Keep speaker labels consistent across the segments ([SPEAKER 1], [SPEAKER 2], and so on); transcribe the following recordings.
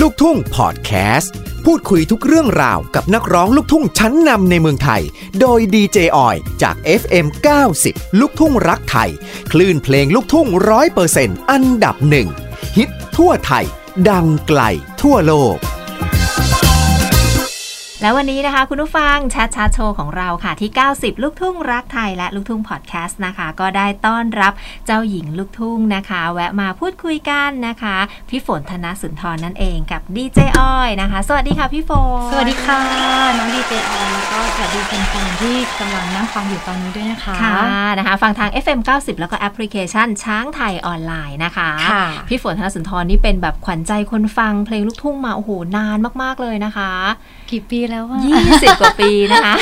[SPEAKER 1] ลูกทุ่งพอดแคสต์ พูดคุยทุกเรื่องราวกับนักร้องลูกทุ่งชั้นนำในเมืองไทย โดยดีเจออยจาก FM 90 ลูกทุ่งรักไทย คลื่นเพลงลูกทุ่งร้อยเปอร์เซ็นต์อันดับหนึ่งฮิตทั่วไทย ดังไกลทั่วโลก
[SPEAKER 2] และวันนี้นะคะคุณผู้ฟังชาชาโชว์ของเราค่ะที่ 90 ลูกทุ่งรักไทยและลูกทุ่งพอดแคสต์นะคะ ก็ได้ต้อนรับเจ้าหญิงลูกทุ่งนะคะ แวะมาพูดคุยกันนะคะ พี่ฝนธนสุนทรนั่นเองกับดีเจอ้อยนะคะ สวัสดีค่ะพี่ฝน
[SPEAKER 3] สวัสดีค่ะ น้องดีเจออนแล้วก็สวัสดีแฟนๆที่กำลังนั่งฟังอยู่ตอนนี้ด้วยนะคะ
[SPEAKER 2] ค่ะนะคะ ฟังทาง FM 90 แล้วก็แอปพลิเคชันช้างไทยออนไลน์นะคะ
[SPEAKER 3] ค่ะ
[SPEAKER 2] พี่ฝนธนสุนทรนี่เป็นแบบขวัญใจคนฟังเพลงลูกทุ่งมาโอ้โหนานมากๆเลยนะคะ
[SPEAKER 3] กี่ปีแล้วว่า
[SPEAKER 2] 20 กว่าปีนะคะ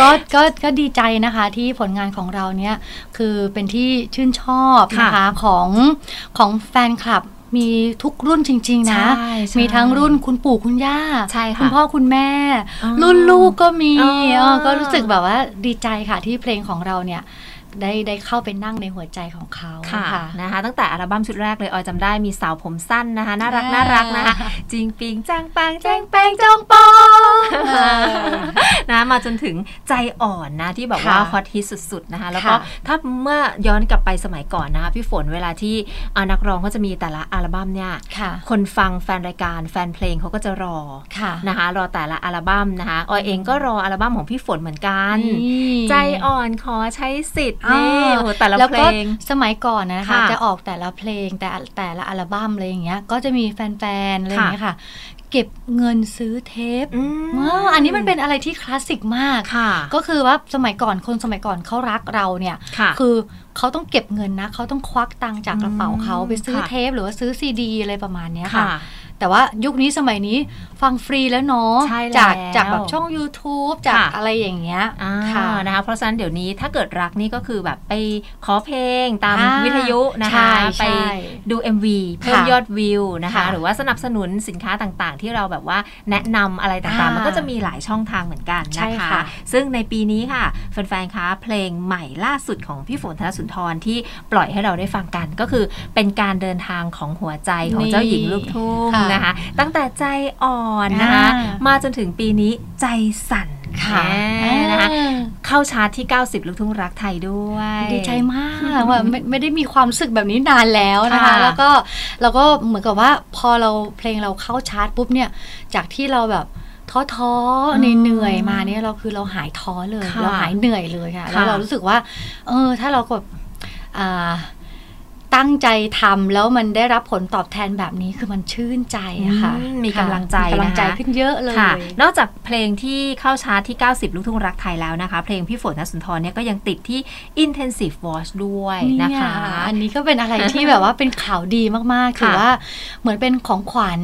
[SPEAKER 3] ก็ก็ก็ดีใจนะคะที่ผลงานของเราเนี่ยคือเป็นที่ชื่นชอบนะคะ
[SPEAKER 2] ค่ะ
[SPEAKER 3] ของของแฟนคลับมีทุกรุ่นจริง ๆ นะ
[SPEAKER 2] ใช่ใช่
[SPEAKER 3] มีทั้งรุ่นคุณปู่คุณย่า
[SPEAKER 2] ใช่ค่ะ
[SPEAKER 3] คุณพ่อคุณแม่
[SPEAKER 2] อ๋อ
[SPEAKER 3] รุ่นลูกก็มี
[SPEAKER 2] อ๋อ
[SPEAKER 3] เออก็รู้สึกแบบว่าดีใจค่ะที่เพลงของเราเนี่ยได้ได้เข้าไปนั่งในหัวใจของเขา
[SPEAKER 2] ค่ะนะคะตั้งแต่อัลบั้มชุดแรกเลยออยจำได้มีสาวผมสั้นนะคะ น่ารักน่ารักนะคะ จริงปิงจ้างปางแจ้งแปงจ้องปอง
[SPEAKER 3] เออ
[SPEAKER 2] นะมาจนถึงใจอ่อนนะที่แบบว่า
[SPEAKER 3] ค่ะ
[SPEAKER 2] ฮอตฮิตสุดๆนะคะ แล้วก็
[SPEAKER 3] ค่ะ
[SPEAKER 2] ถ้าเมื่อย้อนกลับไปสมัยก่อนนะคะพี่ฝนเวลาที่อ่านักร้องก็จะมีแต่ละอัลบั้มเนี่ย
[SPEAKER 3] ค่ะ
[SPEAKER 2] คนฟังแฟนรายการแฟนเพลงเขาก็จะรอ
[SPEAKER 3] ค่ะ
[SPEAKER 2] นะคะรอแต่ละอัลบั้มนะคะออยเองก็รออัลบั้มของพี่ฝนเหมือนกัน
[SPEAKER 3] นี่
[SPEAKER 2] ใจอ่อนขอใช้สิทธิ์
[SPEAKER 3] อ่า
[SPEAKER 2] นี่โอ้โหแต่ละ
[SPEAKER 3] แล้ว
[SPEAKER 2] เพล
[SPEAKER 3] ก็
[SPEAKER 2] ง
[SPEAKER 3] สมัยก่อนนะคะ
[SPEAKER 2] ค่ะ
[SPEAKER 3] จะออกแต่ละเพลงแต่แต่ละอัลบั้มอะไรอย่างเงี้ย ก็จะมีแฟนๆอะไรอย่างเงี้ยค่ะ เก็บเงินซื้อเทป
[SPEAKER 2] อืม
[SPEAKER 3] เอออันนี้มันเป็นอะไรที่คลาสสิกมาก
[SPEAKER 2] ค่ะ
[SPEAKER 3] ก็คือว่าสมัยก่อนคนสมัยก่อนเขารักเราเนี่ย
[SPEAKER 2] ค่ะ
[SPEAKER 3] อเขาต้องเก็บเงินนะเขาต้องควักตังค์จากกระเป๋าเขาไปซื้อ
[SPEAKER 2] ค่ะ
[SPEAKER 3] เทปหรือว่าซื้อซีดีอะไรประมาณเนี้ย
[SPEAKER 2] ค่ะ
[SPEAKER 3] ค่ะ แต่ว่ายุคนี้สมัยนี้ฟังฟรีแล้วเนาะ
[SPEAKER 2] ใช่แล้ว
[SPEAKER 3] จากจากแบบช่อง YouTube จาก
[SPEAKER 2] ค่ะ
[SPEAKER 3] อะไรอย่างเงี้ย
[SPEAKER 2] อ่า
[SPEAKER 3] ค่ะ
[SPEAKER 2] นะคะ เพราะฉะนั้นเดี๋ยวนี้ถ้าเกิดรักนี่ก็คือแบบไปขอเพลงตาม
[SPEAKER 3] อ่า
[SPEAKER 2] วิทยุนะคะ
[SPEAKER 3] ใช่ใช่
[SPEAKER 2] ไปดู MV เพิ่ม
[SPEAKER 3] ค่ะ
[SPEAKER 2] ยอดวิวนะคะ
[SPEAKER 3] ค่ะ
[SPEAKER 2] หรือว่าสนับสนุนสินค้าต่างๆ ที่เราแบบว่าแนะนำอะไรต่างๆ
[SPEAKER 3] อ่ามั
[SPEAKER 2] มันก็จะมีหลายช่องทางเหมือนกัน
[SPEAKER 3] ใช่
[SPEAKER 2] นะคะ
[SPEAKER 3] ค่ะ
[SPEAKER 2] ซึ่งในปีนี้ค่ะแฟนๆคะเพลงใหม่ล่าสุดของพี่ฝนธนสุนทรที่ปล่อยให้เราได้ฟังกันก็คือเป็นการเดินทางของหัวใจของเจ้าหญิงลูกทุ่ง
[SPEAKER 3] ค่ะ
[SPEAKER 2] นะคะ ตั้งแต่ใจอ่อนนะคะ
[SPEAKER 3] อ่าม
[SPEAKER 2] มาจนถึงปีนี้ใจสั่น
[SPEAKER 3] ค่ะ
[SPEAKER 2] แน่นะคะ
[SPEAKER 3] อ่า
[SPEAKER 2] เข้าชาร์ตที่ 90 ลูกทุ่งรักไทยด้วย
[SPEAKER 3] ดีใจมากว่าไม่ไม่ได้มีความรู้สึกแบบนี้นานแล้วนะคะ
[SPEAKER 2] ค่ะ
[SPEAKER 3] แล้วก็เราก็เหมือนกับว่าพอเราเพลงเราเข้าชาร์ตปุ๊บเนี่ย จากที่เราแบบท้อท้อ
[SPEAKER 2] อืม
[SPEAKER 3] เหนื่อยๆมาเนี่ยเราคือเราหายท้อเลย
[SPEAKER 2] ค่ะ
[SPEAKER 3] เราหายเหนื่อยเลยค่ะ
[SPEAKER 2] ค่ะ
[SPEAKER 3] แล้วเรารู้สึกว่า เออ ถ้าเราแบบอ่าตั้งใจทำแล้วมันได้รับผลตอบแทนแบบนี้คือมันชื่นใจอะค่ะ
[SPEAKER 2] อืมมีกำลังใจ
[SPEAKER 3] ค่ะมีกำลังใจ
[SPEAKER 2] นะคะ
[SPEAKER 3] ขึ้นเยอะเลย
[SPEAKER 2] ค่ะ นอกจากเพลงที่เข้าชาร์ตที่ 90 ลูกทุ่งรักไทยแล้วนะคะ เพลงพี่ฝนนสุนทรเนี่ยก็ยังติดที่ Intensive Watch ด้วยนะคะ
[SPEAKER 3] เยอันนี้ก็เป็น อะไรที่แบบว่าเป็นข่าวดีมากๆ คือ
[SPEAKER 2] ค่ะ
[SPEAKER 3] ว่าเหมือนเป็นของขวัญ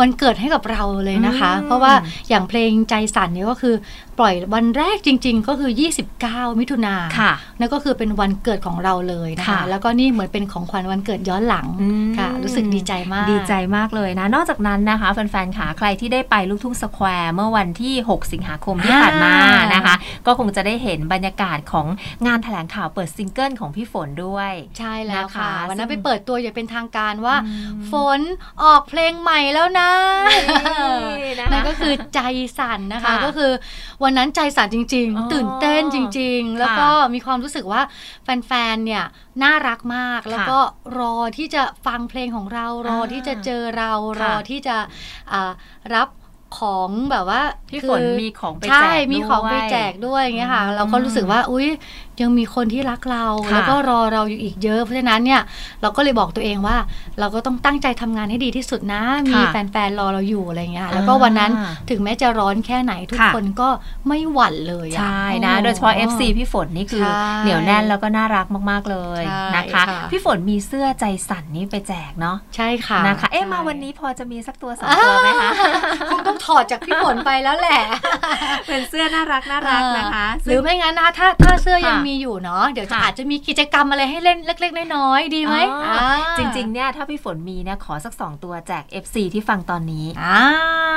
[SPEAKER 3] วันเกิดให้กับเราเลยนะคะ
[SPEAKER 2] อืม
[SPEAKER 3] เพราะว่าอย่างเพลงใจสั่นเนี่ยก็คือปล่อยวันแรกจริง ๆ ก็คือ 29 มิถุนา
[SPEAKER 2] ค่ะ
[SPEAKER 3] นั่นก็คือเป็นวันเกิดของเราเลยนะคะ
[SPEAKER 2] ค่ะ
[SPEAKER 3] แล้วก็นี่เหมือนเป็นของขวัญวันเกิดย้อนหลัง
[SPEAKER 2] อืม
[SPEAKER 3] ค่ะ รู้สึกดีใจมาก
[SPEAKER 2] ดีใจมากเลยนะ นอกจากนั้นนะคะแฟนๆขาใครที่ได้ไปลูกทุ่งสแควร์เมื่อวันที่ 6 สิงหาคมที่ผ่านมานะคะ ก็คงจะได้เห็นบรรยากาศของงานแถลงข่าวเปิดซิงเกิลของพี่ฝนด้วย
[SPEAKER 3] ใช่แล้ว
[SPEAKER 2] นะคะ
[SPEAKER 3] ค่ะ วันนั้น
[SPEAKER 2] ซึ่
[SPEAKER 3] ไป
[SPEAKER 2] ง
[SPEAKER 3] เปิดตัวอย่างเป็นทางการว่า
[SPEAKER 2] อืม
[SPEAKER 3] ฝนออกเพลงใหม่แล้วนะ
[SPEAKER 2] นี่นะคะ
[SPEAKER 3] นั่นก็คือใจสั่นนะคะ
[SPEAKER 2] ค่ะ
[SPEAKER 3] ก็คือวันนั้นใจสั่นจริง
[SPEAKER 2] อ๋อ
[SPEAKER 3] ๆ ตื่นเต้นจริง ๆ แล้วก็มีความรู้สึกว่าแฟนๆเนี่ยน่ารักมาก แล้วก็รอที่จะฟังเพลงของเรารอที่จะเจอเราร
[SPEAKER 2] ค่ะ
[SPEAKER 3] อที่จะอ่ารับของแบบว่า
[SPEAKER 2] พี่ฝน
[SPEAKER 3] คือ
[SPEAKER 2] มีของไปแจก
[SPEAKER 3] ใช่
[SPEAKER 2] ด้วย
[SPEAKER 3] มีของไปแจกด้วยอย่างเงี้ยค่ะ
[SPEAKER 2] อืม
[SPEAKER 3] เราก็รู้สึกว่า อุ้ยยังมีคนที่รักเรา
[SPEAKER 2] ค่ะ
[SPEAKER 3] แล้วก็รอเราอยู่อีกเยอะ เพราะฉะนั้นเนี่ย เราก็เลยบอกตัวเองว่า เราก็ต้องตั้งใจทำงานให้ดีที่สุดนะ มี
[SPEAKER 2] ค่ะ
[SPEAKER 3] แฟนๆ รอเราอยู่อะไรอย่างเงี้ย
[SPEAKER 2] อ่า
[SPEAKER 3] แล้วก็วันนั้นถึงแม้จะร้อนแค่ไหนทุก
[SPEAKER 2] ค่ะ
[SPEAKER 3] คนก็ไม่หวั่นเลยอะ
[SPEAKER 2] ใช่นะ
[SPEAKER 3] อ๋อ
[SPEAKER 2] โดยเฉพาะ FC พี่ฝนนี่คือ
[SPEAKER 3] ใช่
[SPEAKER 2] เหนียวแน่นแล้วก็น่ารักมากๆเลย
[SPEAKER 3] ใช่
[SPEAKER 2] นะคะ
[SPEAKER 3] ค่ะ
[SPEAKER 2] พี่ฝนมีเสื้อใจสั่นนี่ไปแจกเนาะ
[SPEAKER 3] ใช่ค่ะ
[SPEAKER 2] นะคะ เอ๊ะ
[SPEAKER 3] ใช่
[SPEAKER 2] มาวันนี้พอจะมีสักตัวสองตัวไหมคะ
[SPEAKER 3] คงต้องถอดจากพี่ฝนไปแล้วแหละ
[SPEAKER 2] เป็นเสื้อน่ารักน่ารักนะคะ
[SPEAKER 3] หรือไม่งั้นนะถ้าถ้าเสื้อ
[SPEAKER 2] ค่ะ
[SPEAKER 3] ยังมีอยู่เนาะเดี๋ยวจะ
[SPEAKER 2] ค่ะ
[SPEAKER 3] อาจจะมีกิจกรรมอะไรให้เล่นเล็ก ๆ น้อยๆดีไหม
[SPEAKER 2] อ๋ออ่
[SPEAKER 3] า
[SPEAKER 2] จริงๆเนี่ยถ้าพี่ฝนมีเนี่ยขอสักสองตัวแจก FC ที่ฟังตอนนี้
[SPEAKER 3] อ่า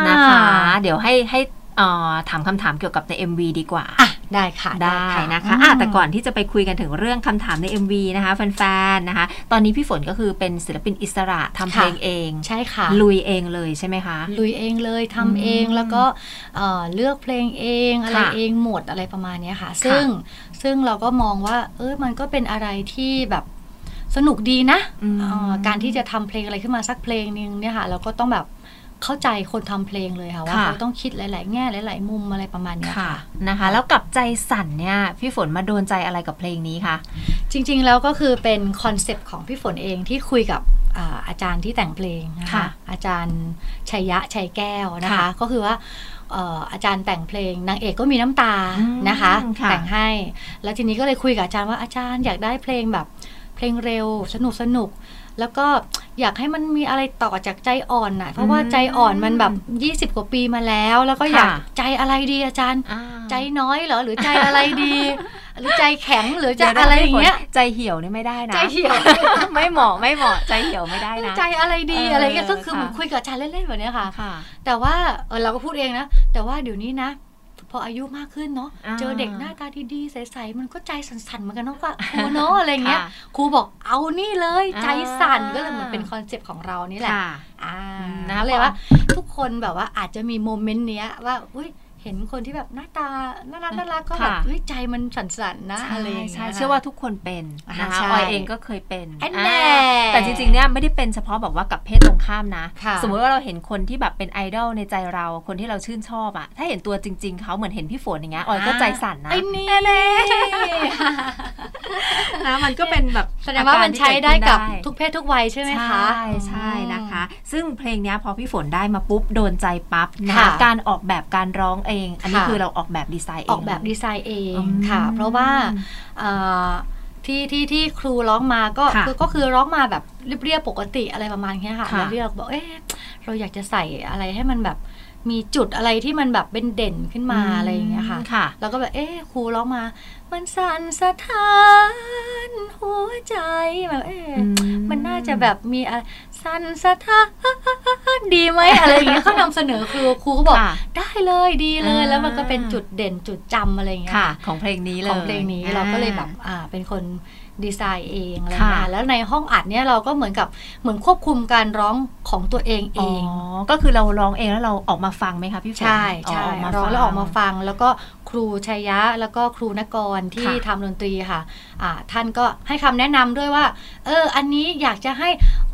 [SPEAKER 2] นะคะ เดี๋ยวให้ให้เอ่อถามคำถามเกี่ยวกับใน MV ดีกว่า
[SPEAKER 3] อ่ะ ได้ค่ะ
[SPEAKER 2] ได้
[SPEAKER 3] ค่
[SPEAKER 2] นะคะ
[SPEAKER 3] ม
[SPEAKER 2] อ่ะแต่ก่อนที่จะไปคุยกันถึงเรื่องคำถามใน MV นะคะ แฟนๆนะคะ ตอนนี้พี่ฝนก็คือเป็นศิลปินอิสระทำเพลง
[SPEAKER 3] ค่ะ
[SPEAKER 2] เอง
[SPEAKER 3] ใช่ค่ะ
[SPEAKER 2] ลุยเองเลยใช่ไหมคะ
[SPEAKER 3] ลุยเองเลยทำเอง
[SPEAKER 2] อืม
[SPEAKER 3] แล้วก็เอ่อเลือกเพลงเองอะไร
[SPEAKER 2] ค่ะ
[SPEAKER 3] เองหมดอะไรประมาณเนี้ยค่ะ ซึ่งซึ่งเราก็มองว่า เอยมันก็เป็นอะไรที่แบบสนุกดีนะ
[SPEAKER 2] อืม
[SPEAKER 3] เอ่อการที่จะทำเพลงอะไรขึ้นมาสักเพลงหนึงเนี่ยค่ะเราก็ต้องแบบเข้าใจคนทำเพลงเลยค่ะว่าเขาต้องคิดหลาย ๆ แง่หลาย ๆ มุมอะไรประมาณเนี้ย
[SPEAKER 2] ค่ะ
[SPEAKER 3] ค่ะ
[SPEAKER 2] นะคะ แล้วกับใจสั่นเนี่ย พี่ฝนมาโดนใจอะไรกับเพลงนี้คะ
[SPEAKER 3] จริง ๆ แล้วก็คือเป็นคอนเซปต์ของพี่ฝนเองที่คุยกับอ่าอาจารย์ที่แต่งเพลงนะ
[SPEAKER 2] ค่ะ
[SPEAKER 3] คะ อาจารย์ชัยยะชัยแก้วนะคะ
[SPEAKER 2] ค่ะ
[SPEAKER 3] ก็คือว่าเอ่ออาจารย์แต่งเพลงนางเอกก็มีน้ำตา
[SPEAKER 2] อืม
[SPEAKER 3] นะคะ
[SPEAKER 2] ค่ะ
[SPEAKER 3] แต่งให้ แล้วทีนี้ก็เลยคุยกับอาจารย์ว่าอาจารย์อยากได้เพลงแบบเพลงเร็วสนุกสนุกๆแล้วก็อยากให้มันมีอะไรต่อจากใจอ่อนน่ะเพราะว่า
[SPEAKER 2] อืม
[SPEAKER 3] ใจอ่อนมันแบบ 20 กว่าปีมาแล้ว แล้วก็อยาก
[SPEAKER 2] ค่ะ
[SPEAKER 3] ใจอะไรดีอาจารย์
[SPEAKER 2] อ่า
[SPEAKER 3] ใจน้อยเหรอหรือใจอะไรดี หรือใจแข็งหรือใจ
[SPEAKER 2] ดี๋ว
[SPEAKER 3] อะไรอย่างเงี้ย
[SPEAKER 2] พี่ฝนใจเหี่ยวนี่ไม่ได้นะ
[SPEAKER 3] ใจเหี่ยว
[SPEAKER 2] ไม่เหมาะไม่เหมาะใจเหี่ยวไม่ได้นะ
[SPEAKER 3] ใจอะไรดี
[SPEAKER 2] เอออ
[SPEAKER 3] อะไรเงี้ยก็คื
[SPEAKER 2] ค่ะ
[SPEAKER 3] อเหมือนคุยกับอาจารย์เล่นๆแบบเนี้ยค่ะ
[SPEAKER 2] ค่ะ
[SPEAKER 3] แต่ว่าเออเราก็พูดเองนะ แต่ว่าเดี๋ยวนี้นะ พออายุมากขึ้นเนาะ
[SPEAKER 2] อ่า
[SPEAKER 3] เจอเด็กหน้าตาดีๆใสๆมันก็ใจสั่นๆเหมือนกันเนาะว่าครูเนาะอะไรเงี้ย
[SPEAKER 2] ค่ะ
[SPEAKER 3] ครูบอกเอานี่เลยใจสั่น
[SPEAKER 2] อ่า
[SPEAKER 3] ก็เลยเหมือนเป็นคอนเซปต์ของเรานี่แหละ
[SPEAKER 2] ค่ะ
[SPEAKER 3] อ่า
[SPEAKER 2] นะ
[SPEAKER 3] ก็เลยว่า
[SPEAKER 2] พ
[SPEAKER 3] ทุกคนแบบว่าอาจจะมีโมเมนต์เนี้ยว่าอุ้ยเห็นคนที่แบบหน้าตาน่ารักน่ารักก็แบบ
[SPEAKER 2] ค่ะ
[SPEAKER 3] เฮ้ยใจมันสั่นๆนะอะไรอย่างเงี้ย
[SPEAKER 2] ใช่
[SPEAKER 3] นะ
[SPEAKER 2] เชื่อว่าทุกคนเป็นนะคะ
[SPEAKER 3] อ่าใช่
[SPEAKER 2] ออยเองก็เคยเป็น
[SPEAKER 3] อันแน่
[SPEAKER 2] อ่าแต่จริงๆเนี่ยไม่ได้เป็นเฉพาะแบบว่ากับเพศตรงข้ามนะ
[SPEAKER 3] ค่ะ
[SPEAKER 2] สมมุติว่าเราเห็นคนที่แบบเป็นไอดอลในใจเราคนที่เราชื่นชอบอะถ้าเห็นตัวจริง ๆเขาเหมือนเห็นพี่ฝนอย่างเงี้ยออยก็ใจสั่นนะ
[SPEAKER 3] ไอ้นี่
[SPEAKER 2] นะมันก็เป็นแบบ
[SPEAKER 3] แสดงว่ามันใช้ได้กับทุกเพศทุกวัยใช่
[SPEAKER 2] ใช่
[SPEAKER 3] ไห
[SPEAKER 2] ไห
[SPEAKER 3] ม
[SPEAKER 2] ม
[SPEAKER 3] คะ
[SPEAKER 2] คะใช่ใช่นะคะ ซึ่งเพลงเนี้ยพอพี่ฝนได้มาปุ๊บโดนใจปั๊บนะ
[SPEAKER 3] ค่ะ
[SPEAKER 2] การออกแบบการร้องเอง อันนี้
[SPEAKER 3] ค่ะ
[SPEAKER 2] คือเราออกแบบดีไซน์เอง
[SPEAKER 3] ออกแบบดีไซน์เอง
[SPEAKER 2] อืม
[SPEAKER 3] ค่ะ เพราะว่าเอ่อที่ที่ที่ครูร้องมาก็
[SPEAKER 2] ค่ะ
[SPEAKER 3] คือก็คือร้องมาแบบเรียบๆปกติอะไรประมาณเนี้ยค่ะ
[SPEAKER 2] ค่ะ
[SPEAKER 3] แล้วที่เราบอกเอ๊ะเราอยากจะใส่อะไรให้มันแบบมีจุดอะไรที่มันแบบเป็นเด่นขึ้นมาอะไรอย่างเงี้ยค่ะ
[SPEAKER 2] ค่ะ
[SPEAKER 3] แล้วก็แบบเอ๊ะครูร้องมา มันสั่นสะท้านหัวใจแบบเอ๊ะ
[SPEAKER 2] อื
[SPEAKER 3] มันน่าจะแบบมีอะไรสั้นสะท้านดีไหม อะไรอย่างเงี้ยเขานำเสนอครูครูก็บอก
[SPEAKER 2] ค่ะ
[SPEAKER 3] ได้เลยดีเลย
[SPEAKER 2] อ่า
[SPEAKER 3] แล้วมันก็เป็นจุดเด่นจุดจำอะไรอย่างเงี้ย
[SPEAKER 2] ค่ะ
[SPEAKER 3] ค่ะ
[SPEAKER 2] ของเพลงนี้เลย
[SPEAKER 3] ของเพลงนี้
[SPEAKER 2] อ่
[SPEAKER 3] เราก็เลยแบบอ่าเป็นคนดีไซน์เองอะไร
[SPEAKER 2] ค่ะ
[SPEAKER 3] เงี้ยแล้วในห้องอัดเนี่ยเราก็เหมือนกับเหมือนควบคุมการร้องของตัวเองเอ
[SPEAKER 2] อ๋อง ก็คือเราร้องเองแล้วเราออกมาฟังไหมคะพี่ฝน
[SPEAKER 3] ใช่ใช่
[SPEAKER 2] ออกมา
[SPEAKER 3] ร้อง
[SPEAKER 2] ฟั
[SPEAKER 3] แล้วออกมาฟัง แล้วก็ครูชัยยะแล้วก็ครูนกรที่
[SPEAKER 2] ค่ะ
[SPEAKER 3] ทำดนตรีค่ะอ่าท่านก็ให้คำแนะนำด้วยว่าเอออันนี้อยากจะให้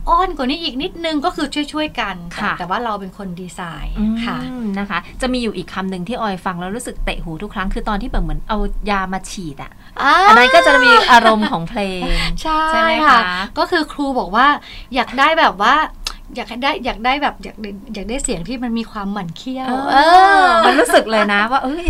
[SPEAKER 3] อ้อนกว่านี้อีกนิดนึงก็คือช่วยๆกัน
[SPEAKER 2] ค่ะ
[SPEAKER 3] แต่แต่ว่าเราเป็นคนดีไซน์
[SPEAKER 2] อืม
[SPEAKER 3] ค่ะ
[SPEAKER 2] นะคะ จะมีอยู่อีกคำหนึ่งที่ออยฟังแล้วรู้สึกเตะหูทุกครั้งคือตอนที่แบบเหมือนเอายามาฉีดอ่ะอันนั้นก็จะมีอารมณ์ของเพลง
[SPEAKER 3] ใช่
[SPEAKER 2] ใช่ไหม
[SPEAKER 3] ค่ะ
[SPEAKER 2] คะ
[SPEAKER 3] ก็คือครูบอกว่าอยากได้แบบว่า อยากให้ได้อยากได้แบบอยากได้อยากได้เสียงที่มันมีความหมั่นเคี้ยว
[SPEAKER 2] เอ
[SPEAKER 3] เอ
[SPEAKER 2] อ
[SPEAKER 3] อ
[SPEAKER 2] มันรู้สึกเลยนะว่าเอ้ย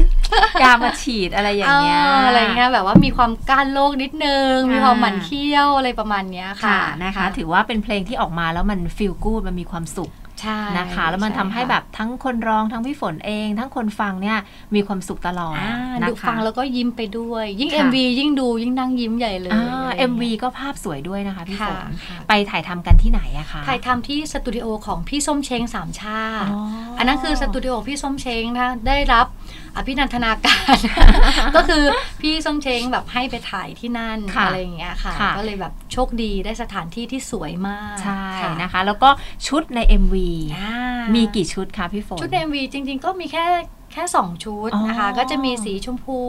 [SPEAKER 2] ยามาฉีดอะไรอย่างเงี้ย
[SPEAKER 3] อออะไรเงี้ยแบบว่ามีความก้านโลกนิดนึง มีความหมั่นเคี้ยวอะไรประมาณเนี้ยค่ะ
[SPEAKER 2] ค่ะนะคะ ถือว่าเป็นเพลงที่ออกมาแล้วมันฟีลกูดมันมีความสุข
[SPEAKER 3] ใช่
[SPEAKER 2] นะคะ แล้วมันทำให้แบบทั้งคนร้องทั้งพี่ฝนเอง ทั้งคนฟังเนี่ยมีความสุขตลอด
[SPEAKER 3] อ่า
[SPEAKER 2] นะ
[SPEAKER 3] ดู
[SPEAKER 2] คะ
[SPEAKER 3] ฟังแล้วก็ยิ้มไปด้วย ยิ่ง
[SPEAKER 2] ค่ะ
[SPEAKER 3] MV ยิ่งดูยิ่งนั่งยิ้มใหญ่เล
[SPEAKER 2] อ่า
[SPEAKER 3] ยะไรย่าง
[SPEAKER 2] MV
[SPEAKER 3] งี้ย
[SPEAKER 2] ก็ภาพสวยด้วยนะคะพี่ฝ
[SPEAKER 3] ค่ะ
[SPEAKER 2] น
[SPEAKER 3] ค่ะ
[SPEAKER 2] ไปถ่ายทำกันที่ไหนอะคะ
[SPEAKER 3] ถ่ายทำที่สตูดิโอของพี่ส้มเช้งสามชา
[SPEAKER 2] อ๋ออั
[SPEAKER 3] อันนั้นคือสตูดิโอของพี่ส้มเช้งนะได้รับอภินันทนาการ ก็คือพี่ส้มเช้งแบบให้ไปถ่ายที่นั่น
[SPEAKER 2] ค่ะ
[SPEAKER 3] อะไรอย่างเงี้ยค่ะ
[SPEAKER 2] ค่ะ
[SPEAKER 3] ก็เลยแบบโชคดีได้สถานที่ที่สวยมาก
[SPEAKER 2] ใช่
[SPEAKER 3] ค่ะ
[SPEAKER 2] นะคะ แล้วก็ชุดใน MV
[SPEAKER 3] อ่า
[SPEAKER 2] มีกี่ชุดคะพี่ฝน
[SPEAKER 3] ชุดใน MV จริง ๆ ก็มีแค่แค่ 2 ชุดนะคะ
[SPEAKER 2] อ๋อ
[SPEAKER 3] ก็จะมีสีชมพู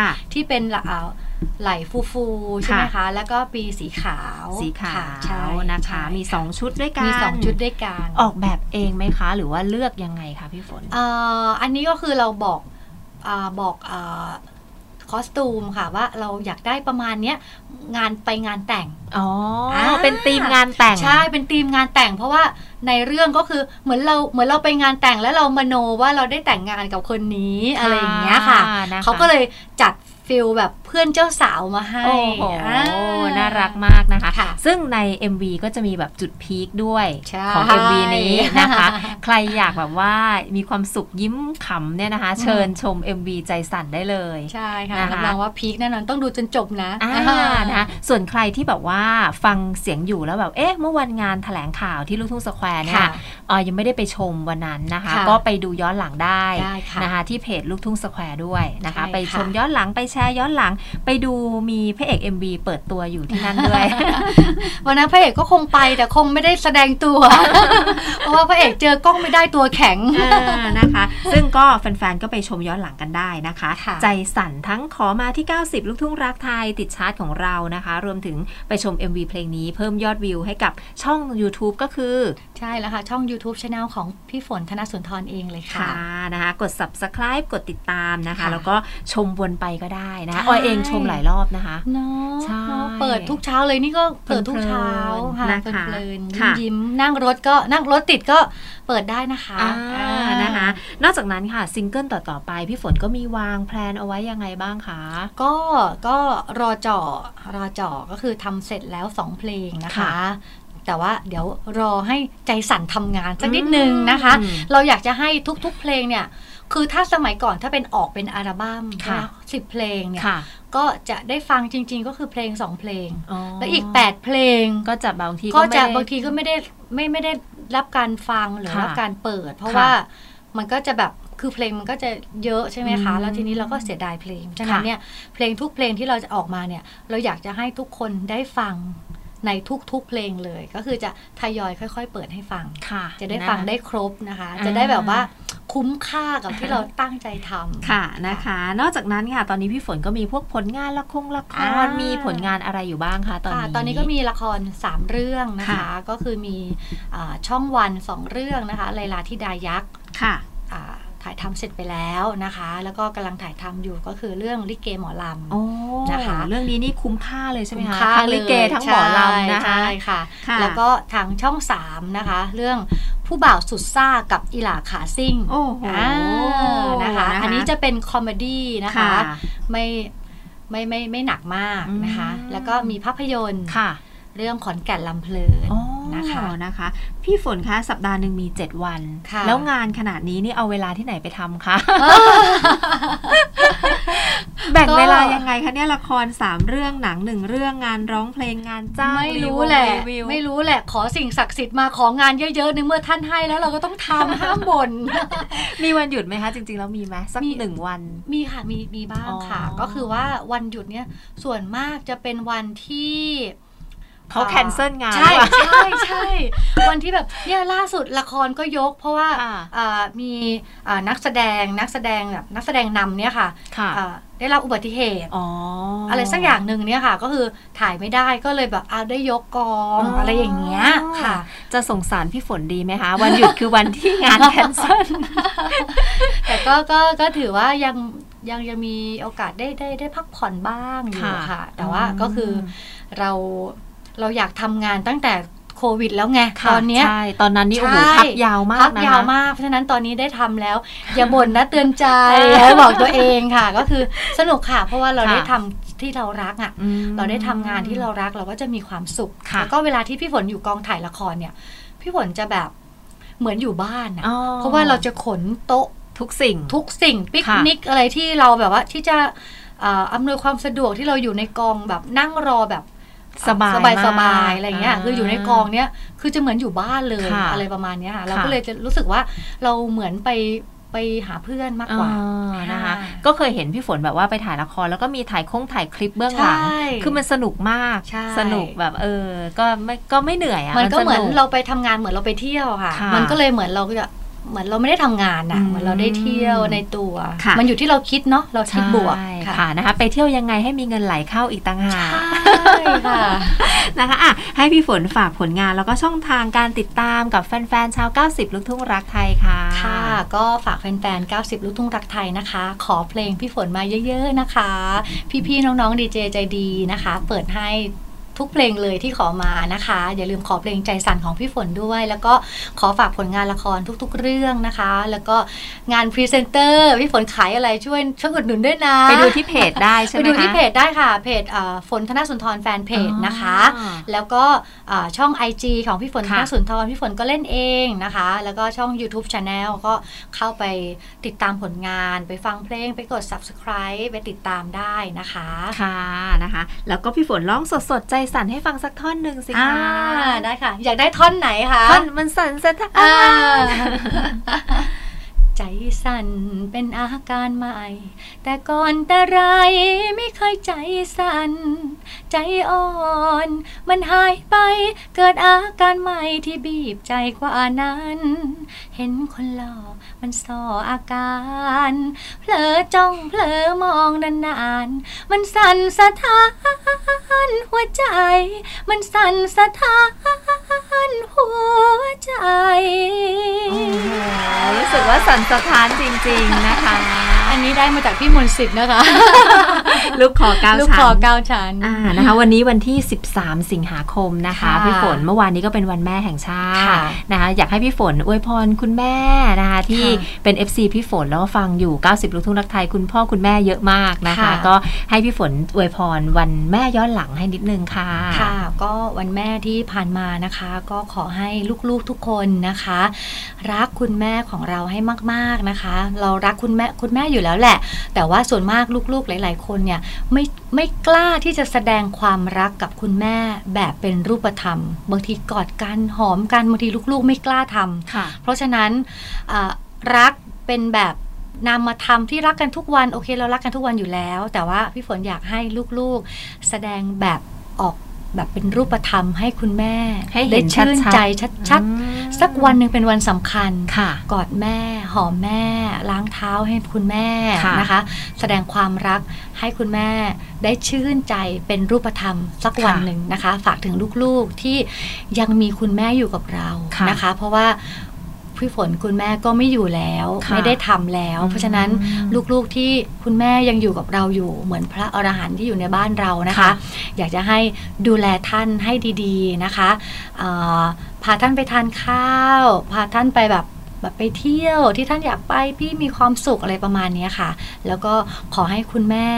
[SPEAKER 2] ค่ะ
[SPEAKER 3] ที่เป็นละอ่าไหลฟูฟูๆใช่ไหมคะ แล้วก็ปีสีขาว
[SPEAKER 2] สีขา
[SPEAKER 3] ค่ะใช่
[SPEAKER 2] วนะคะ
[SPEAKER 3] ใช่
[SPEAKER 2] มี 2 ชุดด้วยกัน
[SPEAKER 3] มี 2 ชุดด้วยกัน
[SPEAKER 2] ออกแบบเองไหมคะ หรือว่าเลือกยังไงคะพี่ฝน
[SPEAKER 3] เอ่ออันนี้ก็คือเราบอกอาบอกอาคอสตูมค่ะว่าเราอยากได้ประมาณเนี้ยงานไปงานแต่ง
[SPEAKER 2] อ๋อ
[SPEAKER 3] อ่า
[SPEAKER 2] เป็นธีมงานแต่ง
[SPEAKER 3] ใช่เป็นทีมงานแต่ง เพราะว่าในเรื่องก็คือเหมือนเราเหมือนเราไปงานแต่งแล้วเรามโนว่าเราได้แต่งงานกับคนนี้อะไรอย่างเงี้ยค่ะ
[SPEAKER 2] อ่านะคะ
[SPEAKER 3] เขาก็เลยจัดฟิลแบบ เพื่อนเจ้าสาวมาให้
[SPEAKER 2] โอ้โห
[SPEAKER 3] อ่า
[SPEAKER 2] น่ารักมากนะคะ
[SPEAKER 3] ค่ะ
[SPEAKER 2] ซึ่งใน MV ก็จะมีแบบจุดพีคด้วย
[SPEAKER 3] ใช่
[SPEAKER 2] ของ MV นี้นะคะ ใครอยากแบบว่ามีความสุขยิ้มขำเนี่ยนะคะ
[SPEAKER 3] อืม
[SPEAKER 2] เชิญชม MV ใจสั่นได้เลย
[SPEAKER 3] ใช่ค่ะ
[SPEAKER 2] นะคะ
[SPEAKER 3] รับรองว่าพีคแน่นอนต้องดูจนจบนะ
[SPEAKER 2] อ่านะคะส่วนใครที่แบบว่าฟังเสียงอยู่แล้วแบบ เอ๊ะ เมื่อวันงานแถลงข่าวที่ลูกทุ่งสแควร์เนี่ย
[SPEAKER 3] ค่ะ
[SPEAKER 2] เอ่อยังไม่ได้ไปชมวันนั้นนะคะ
[SPEAKER 3] ค่ะ
[SPEAKER 2] ก็ไปดูย้อนหลังได้
[SPEAKER 3] ได้ค่ะ
[SPEAKER 2] นะคะที่เพจลูกทุ่งสแควร์ด้วยนะคะ
[SPEAKER 3] ใช่ค่ะ
[SPEAKER 2] ไปชมย้อนหลังไปแชร์ย้อนหลังไปดูมีพระเอก MV เปิดตัวอยู่ที่นั่นด้วย
[SPEAKER 3] วันนั้นพระเอกก็คงไปแต่คงไม่ได้แสดงตัว เพราะว่าพระเอกเจอกล้องไม่ได้ตัวแข็ง
[SPEAKER 2] เออนะคะ ซึ่งก็แฟนๆ ก็ไปชมย้อนหลังกันได้นะคะ
[SPEAKER 3] ค่ะ
[SPEAKER 2] ใจสั่นทั้งขอมาที่ 90 ลูกทุ่งรักไทยติดชาร์ตของเรานะคะ รวมถึงไปชม MV เพลงนี้เพิ่มยอดวิวให้กับช่อง YouTube ก็คือ
[SPEAKER 3] ใช่แล้วค่ะ ช่อง YouTube Channel ของพี่ฝนธนสุนทรเองเลยค่ะ
[SPEAKER 2] ค่ะนะคะ กด Subscribe กดติดตามนะคะ
[SPEAKER 3] ค่ะ
[SPEAKER 2] แล้วก็ชมวนไปก็ได้นะคะ
[SPEAKER 3] ใช่
[SPEAKER 2] ออยเองชมหลายรอบนะคะ
[SPEAKER 3] เนาะ
[SPEAKER 2] ใช่
[SPEAKER 3] เนาะเปิดทุกเช้าเลยนี่ก็เปิดทุกเช้าค่ะ
[SPEAKER 2] เพลินๆนะคะ
[SPEAKER 3] เพลิน
[SPEAKER 2] ค่ะ
[SPEAKER 3] ๆยิ้มๆนั่งรถก็นั่งรถติดก็เปิดได้นะคะ
[SPEAKER 2] อ่า
[SPEAKER 3] อ่า
[SPEAKER 2] นะคะ นอกจากนั้นค่ะซิงเกิลต่อๆไป พี่ฝนก็มีวางแพลนเอาไว้ยังไงบ้างคะ
[SPEAKER 3] ก็ก็รอเจาะรอเจาะก็คือทำเสร็จแล้ว 2 เพลงนะคะ
[SPEAKER 2] ค่ะ
[SPEAKER 3] แต่ว่าเดี๋ยวรอให้ใจสั่นทำงานสักนิดนึงนะคะ
[SPEAKER 2] อืม
[SPEAKER 3] เราอยากจะให้ทุกๆเพลงเนี่ย คือถ้าสมัยก่อนถ้าเป็นออกเป็นอัลบั้ม
[SPEAKER 2] ค่ะ
[SPEAKER 3] สิบเพลงเนี่ย
[SPEAKER 2] ค่ะ
[SPEAKER 3] ก็จะได้ฟังจริงๆก็คือเพลง 2 เพลง และอีก
[SPEAKER 2] แปด
[SPEAKER 3] 8 เพลง
[SPEAKER 2] ก็จะบางที
[SPEAKER 3] ก็
[SPEAKER 2] ไม่
[SPEAKER 3] จะ
[SPEAKER 2] ได้
[SPEAKER 3] บางทีก็ไม่ได้ไม่ไม่ได้รับการฟังหรือ
[SPEAKER 2] ค่ะ
[SPEAKER 3] รับการเปิด เพราะ
[SPEAKER 2] ค่ะ
[SPEAKER 3] ว่ามันก็จะแบบคือเพลงมันก็จะเยอะใช่ไหมคะ
[SPEAKER 2] อืม
[SPEAKER 3] แล้วทีนี้เราก็เสียดายเพลงฉะนั้น
[SPEAKER 2] ค่ะ
[SPEAKER 3] เนี่ยเพลงทุกเพลงที่เราจะออกมาเนี่ย เราอยากจะให้ทุกคนได้ฟังในทุกๆเพลงเลย ก็คือจะทยอยค่อย ๆ เปิดให้ฟัง
[SPEAKER 2] ค่ะ
[SPEAKER 3] จะได้
[SPEAKER 2] นค
[SPEAKER 3] ฟังได้ครบนะคะ
[SPEAKER 2] อ่า
[SPEAKER 3] จะได้แบบว่าคุ้มค่ากับที่เราตั้งใจทำ
[SPEAKER 2] ค่ะนะคะ นอกจากนั้นค่ะ ตอนนี้พี่ฝนก็มีพวกผลงานละครละค
[SPEAKER 3] อ่
[SPEAKER 2] รา
[SPEAKER 3] มี
[SPEAKER 2] มีผลงานอะไรอยู่บ้างคะตอน
[SPEAKER 3] ค่ะ
[SPEAKER 2] นี้
[SPEAKER 3] ตอนนี้ก็มีละคร 3 เรื่องนะคะ
[SPEAKER 2] ค่ะ
[SPEAKER 3] ก็คือมีอ่าช่องวัน 2 เรื่องนะคะไลลาธิดายักษ์
[SPEAKER 2] ค่ะ
[SPEAKER 3] อ่าถ่ายทำเสร็จไปแล้วนะคะ แล้วก็กำลังถ่ายทำอยู่ก็คือเรื่องลิเกหมอลำ
[SPEAKER 2] โอ้
[SPEAKER 3] นะคะ
[SPEAKER 2] เรื่องนี้นี่คุ้มค่าเลยใช่ไหม
[SPEAKER 3] คุ้
[SPEAKER 2] คะ
[SPEAKER 3] ค่า
[SPEAKER 2] ทั้งลิเก
[SPEAKER 3] ย
[SPEAKER 2] ทั้งหมอลำนะคะ
[SPEAKER 3] ใช่ใช่ค่ะ
[SPEAKER 2] ค่ะ
[SPEAKER 3] แล้วก็ทางช่อง 3 นะคะ เรื่องผู้บ่าวสุดซ่ากับอีหลาขาซิ่ง
[SPEAKER 2] โอ้โห
[SPEAKER 3] อ่านะคะ อันนี้จะเป็นคอมเมดี้นะคะ
[SPEAKER 2] ค่ะ
[SPEAKER 3] ไม่ไม่ไม่ไม่หนักมากนะคะ
[SPEAKER 2] อืม
[SPEAKER 3] แล้วก็มีภาพยนตร์
[SPEAKER 2] ค่ะ
[SPEAKER 3] เรื่องขอนแก่นลำเพลิน
[SPEAKER 2] โอ้
[SPEAKER 3] นะคะ
[SPEAKER 2] นะคะ พี่ฝนคะสัปดาห์หนึ่งมี 7 วัน
[SPEAKER 3] ค่ะ
[SPEAKER 2] แล้วงานขนาดนี้นี่เอาเวลาที่ไหนไปทำคะ แบ่งเวลายังไงคะเนี่ยละครสามเรื่องหนังหนึ่งเรื่องงานร้องเพลงงานจ้าง
[SPEAKER 3] ไม่รู้
[SPEAKER 2] วง
[SPEAKER 3] แหละ
[SPEAKER 2] วิว
[SPEAKER 3] ไม่รู้แหละ ขอสิ่งศักดิ์สิทธิ์มาของานเยอะๆในเมื่อท่านให้แล้วเราก็ต้องทำ ห้ามบ่น
[SPEAKER 2] มีวันหยุดไหมคะ จริงๆ แล้วมีไหมสัก
[SPEAKER 3] มี
[SPEAKER 2] หนึ่งวัน
[SPEAKER 3] มีค่ะมีมีบ้างค่ะ
[SPEAKER 2] อ๋อ
[SPEAKER 3] ก็คือว่าวันหยุดเนี่ยส่วนมากจะเป็นวันที่
[SPEAKER 2] เขา
[SPEAKER 3] อ่อ
[SPEAKER 2] แคนเซิลงาน
[SPEAKER 3] ใช่
[SPEAKER 2] หรือเปล่า
[SPEAKER 3] ใช่ใช่ วันที่แบบเนี่ยล่าสุดละครก็ยก เพราะว่า
[SPEAKER 2] อ่า
[SPEAKER 3] เอ่อมีเอ่อนักแสดงนักแสดงแบบนักแสดงนำเนี่ยค่ะ
[SPEAKER 2] ค่ะ
[SPEAKER 3] เอ่อได้รับอุบัติเหตุ
[SPEAKER 2] อ๋ออ
[SPEAKER 3] อะไรสักอย่างหนึ่งเนี่ยค่ะ ก็คือถ่ายไม่ได้ก็เลยแบบเอาได้ยกกอง
[SPEAKER 2] อ๋ออ
[SPEAKER 3] อะไรอย่างเงี้ยค่ะ
[SPEAKER 2] จะสงสารพี่ฝนดีไหมคะ วันหยุดคือวันที่ งานแคนเซิล
[SPEAKER 3] แต่ก็ก็ก็ถือว่ายังยังยังมีโอกาสได้ได้ได้พักผ่อนบ้างอยู่
[SPEAKER 2] ค่ะ
[SPEAKER 3] ค่ะ แต่ว่า
[SPEAKER 2] อืม
[SPEAKER 3] ก็คือเราเราอยากทำงานตั้งแต่โควิดแล้วไงตอนเนี้ย
[SPEAKER 2] ใช่ตอนนั้นนี่โอ้โห
[SPEAKER 3] ใช่
[SPEAKER 2] พักยาวมาก
[SPEAKER 3] พัก
[SPEAKER 2] นะคะ
[SPEAKER 3] ยาวมากเพราะฉะนั้นตอนนี้ได้ทำแล้ว อ ย่าบ่นนะเตือนใจ
[SPEAKER 2] เออ
[SPEAKER 3] ให้บอกตัวเองค่ะ ก็คือสนุกค่ะ เพราะว่าเรา
[SPEAKER 2] ค่ะ
[SPEAKER 3] ได้ทำที่เรารักอ่ะ
[SPEAKER 2] อืม
[SPEAKER 3] เราได้ทำงานที่เรารักเราก็จะมีความสุข
[SPEAKER 2] ค่ะ
[SPEAKER 3] แล้วก็เวลาที่พี่ฝนอยู่กองถ่ายละครเนี่ย พี่ฝนจะแบบเหมือนอยู่บ้านนะ
[SPEAKER 2] อ๋อ
[SPEAKER 3] เพราะว่าเราจะขนโต๊ะ
[SPEAKER 2] ทุกสิ่ง
[SPEAKER 3] ทุกสิ่งปิกนิกอะไรที่เราแบบว่าที่จะเอ่ออำนวยความสะดวกที่เราอยู่ในกองแบบนั่งรอแบบ
[SPEAKER 2] สบาย
[SPEAKER 3] สบาย
[SPEAKER 2] มาก
[SPEAKER 3] สบายอะไรเงี้ย
[SPEAKER 2] อ่า
[SPEAKER 3] คืออยู่ในกองเนี้ยคือจะเหมือนอยู่บ้านเลย
[SPEAKER 2] ค่ะ
[SPEAKER 3] อะไรประมาณเนี้ยค่ะ เรา
[SPEAKER 2] ค่ะ
[SPEAKER 3] ก็เลยจะรู้สึกว่าเราเหมือนไปไปหาเพื่อนมากกว่า
[SPEAKER 2] อ๋อนะคะ
[SPEAKER 3] ค่ะ
[SPEAKER 2] ก็เคยเห็นพี่ฝนแบบว่าไปถ่ายละคร แล้วก็มีถ่ายคงถ่ายคลิปเบื้องหลัง
[SPEAKER 3] ใช่
[SPEAKER 2] คือมันสนุกมาก
[SPEAKER 3] ใช่
[SPEAKER 2] สนุกแบบเออ ก็ไม่ก็ไม่เหนื่อยอะ
[SPEAKER 3] มันก็เหมือน
[SPEAKER 2] ส
[SPEAKER 3] เราไปทำงานเหมือนเราไปเที่ยวค่ะ
[SPEAKER 2] ค่ะ
[SPEAKER 3] มันก็เลยเหมือนเราก็จะเหมือนเราไม่ได้ทำงาน
[SPEAKER 2] อื
[SPEAKER 3] นะ
[SPEAKER 2] ม
[SPEAKER 3] เหมือนเราได้เที่ยวในตัว
[SPEAKER 2] ค่ะ
[SPEAKER 3] มันอยู่ที่เราคิดเนาะเราคิดบวก
[SPEAKER 2] ใช่
[SPEAKER 3] ค่ะ
[SPEAKER 2] ค่ะนะคะ ไปเที่ยวยังไงให้มีเงินไหลเข้าอีกต่างหาก
[SPEAKER 3] ใช่ค่ะ
[SPEAKER 2] นะคะอ่ะให้พี่ฝนฝากผลงานแล้วก็ช่องทางการติดตามกับแฟนๆ ชาว 90 ลูกทุ่งรักไทยค่ะ
[SPEAKER 3] ค่ะ ก็ฝากแฟนๆ 90 ลูกทุ่งรักไทยนะคะ ขอเพลงพี่ฝนมาเยอะ ๆ นะคะ พี่ ๆ น้อง ๆ ดีเจใจดีนะคะ เปิดให้ ทุกเพลงเลยที่ขอมานะคะ อย่าลืมขอเพลงใจสั่นของพี่ฝนด้วย แล้วก็ขอฝากผลงานละครทุกๆ เรื่องนะคะ แล้วก็งานพรีเซนเตอร์พี่ฝนขายอะไรช่วยช่วยอุดหนุนด้วยนะ
[SPEAKER 2] ไปดูที่เพจได้ใช่ไหม
[SPEAKER 3] ไป
[SPEAKER 2] คะ
[SPEAKER 3] ดูที่เพจได้ค่ะเพจเอ่อฝนธนสุนทรแฟนเพจนะคะ
[SPEAKER 2] อ๋อ
[SPEAKER 3] แล้วก็เอ่อช่อง IG ของพี่ฝนธ
[SPEAKER 2] ค่ะ
[SPEAKER 3] นสุนทรพี่ฝนก็เล่นเองนะคะ แล้วก็ช่อง YouTube Channel ก็เข้าไปติดตามผลงาน ไปฟังเพลงไปกด subscribe ไปติดตามได้นะคะ
[SPEAKER 2] ค่ะนะคะ แล้วก็พี่ฝนร้องสดๆ ใจสั่นให้ฟังสักท่อนหนึ่งสิ
[SPEAKER 3] อ่า
[SPEAKER 2] คะ
[SPEAKER 3] ได้ค่ะ อยากได้ท่อนไหนคะ
[SPEAKER 2] ท่อนมันสั่นสะท้า
[SPEAKER 3] อ่าน ใจสั่นเป็นอาการใหม่ แต่ก่อนแต่ไรไม่เคยใจสั่นใจอ่อน มันหายไปเกิดอาการใหม่ที่บีบใจกว่านั้น เห็นคนหล่อมันส่ออาการ เผลอจ้องเผลอมองนานๆมันสั่นสะท้าน หัวใจ มันสั่นสะท้าน หัวใจ
[SPEAKER 2] โอ้โหรู้สึกว่าสั่นสะท้านจริงๆนะคะ
[SPEAKER 3] อันนี้ได้มาจากพี่มนต์สิทธิ์นะคะ
[SPEAKER 2] ลูกขอเก้า
[SPEAKER 3] ลูก
[SPEAKER 2] ชั้
[SPEAKER 3] ขอน เก้าชั้น
[SPEAKER 2] อ่านะคะ วันนี้วันที่ 13 สิงหาคมนะคะ
[SPEAKER 3] ค่ะ
[SPEAKER 2] พี่ฝนเมื่อวานนี้ก็เป็นวันแม่แห่งชา
[SPEAKER 3] ค่ะ
[SPEAKER 2] ตินะคะอยากให้พี่ฝนอวยพรคุณแม่นะคะ ที่
[SPEAKER 3] ค่
[SPEAKER 2] เป็น FC พี่ฝนแล้วก็ฟังอยู่ 90 ลูกทุ่งรักไทยคุณพ่อคุณแม่เยอะมากนะคะ
[SPEAKER 3] ค่ะ
[SPEAKER 2] ก็ให้พี่ฝนอวยพรวันแม่ย้อนหลังให้นิดนึงค่ะ
[SPEAKER 3] ค่ะ ก็วันแม่ที่ผ่านมานะคะ ก็ขอให้ลูกๆทุกคนนะคะ รักคุณแม่ของเราให้มากๆนะคะ เรารักคุณแม่คุณแม่อยู่แล้วแหละ แต่ว่าส่วนมากลูกๆหลาย ๆ คนเนี่ยไม่ไม่กล้าที่จะแสดงความรักกับคุณแม่แบบเป็นรูปธรรมบางทีกอดกันหอมกันบางทีลูกๆ ไม่กล้าทำ
[SPEAKER 2] ค่ะ
[SPEAKER 3] เพราะฉะนั้นเอ่อรักเป็นแบบนามธรรมที่รักกันทุกวันโอเคเรารักกันทุกวันอยู่แล้ว แต่ว่าพี่ฝนอยากให้ลูกๆ แสดงแบบออกแบบเป็นรูปธรรมให้คุณแม่
[SPEAKER 2] ให้เห็
[SPEAKER 3] ได้
[SPEAKER 2] น
[SPEAKER 3] ชื่น
[SPEAKER 2] ชัดๆ
[SPEAKER 3] ใจชัด
[SPEAKER 2] อืม
[SPEAKER 3] ๆ สักวันหนึ่งเป็นวันสำคัญ
[SPEAKER 2] ค่ะ
[SPEAKER 3] กอดแม่หอมแม่ ล้างเท้าให้คุณแม่
[SPEAKER 2] ค่ะ
[SPEAKER 3] นะคะ แสดงความรักให้คุณแม่ได้ชื่นใจเป็นรูปธรรมสักวันหนึ่งนะคะ ฝากถึงลูกๆที่ยังมีคุณแม่อยู่กับเรานะคะ เพราะว่าพี่ฝนคุณแม่ก็ไม่อยู่แล้ว
[SPEAKER 2] ค่ะ
[SPEAKER 3] ไม่ได้ทำแล้ว
[SPEAKER 2] อืม
[SPEAKER 3] เพราะฉะนั้นลูกๆที่คุณแม่ยังอยู่กับเราอยู่ เหมือนพระอรหันต์ที่อยู่ในบ้านเรานะคะ
[SPEAKER 2] ค่ะ
[SPEAKER 3] อยากจะให้ดูแลท่านให้ดีๆนะคะเอ่อพาท่านไปทานข้าว พาท่านไปแบบแบบไปเที่ยวที่ท่านอยากไปพี่มีความสุขอะไรประมาณเนี้ยค่ะ แล้วก็ขอให้คุณแม่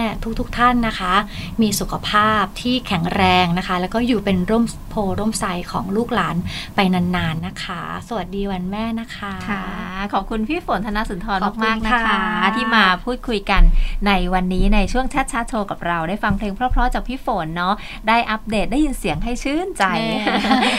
[SPEAKER 3] ทุกๆท่านนะคะ มีสุขภาพที่แข็งแรงนะคะ แล้วก็อยู่เป็นร่มโพร่มไทรของลูกหลานไปนานๆนะคะ สวัสดีวันแม่นะคะ
[SPEAKER 2] ค่ะขอบคุณพี่ฝนธนสุนทร
[SPEAKER 3] ขอบคุณ
[SPEAKER 2] มากๆนะคะ
[SPEAKER 3] ค่ะ
[SPEAKER 2] ที่มาพูดคุยกันในวันนี้ในช่วงชัดชาโชว์กับเราได้ฟังเพลงเพราะๆจากพี่ฝนเนาะได้อัปเดตได้ยินเสียงให้ชื่นใจ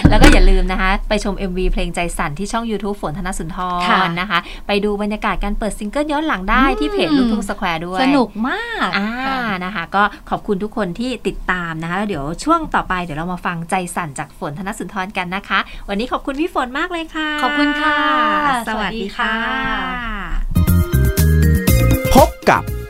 [SPEAKER 2] แล้วก็อย่าลืมนะคะ ไปชม MV เพลงใจสั่นที่ช่อง YouTube ฝนธนสุนท
[SPEAKER 3] ค่ะ
[SPEAKER 2] รนะคะ ไปดูบรรยากาศการเปิดซิงเกิลย้อนหลังได้ที่เพจ
[SPEAKER 3] อืม
[SPEAKER 2] ลูกทุ่งสแควร์ด้วย
[SPEAKER 3] สนุกมาก
[SPEAKER 2] อ่า
[SPEAKER 3] ค่ะ
[SPEAKER 2] นะคะ ก็ขอบคุณทุกคนที่ติดตามนะคะแล้วเดี๋ยวช่วงต่อไปเดี๋ยวเรามาฟังใจสั่นจากฝนธนสุนทรกันนะคะ วันนี้ขอบคุณพี่ฝนมากเลยค่ะ
[SPEAKER 3] ขอบคุณค่ะ
[SPEAKER 2] สวัสดีค่ะ
[SPEAKER 3] สวัสดีค่ะ
[SPEAKER 1] พบกับ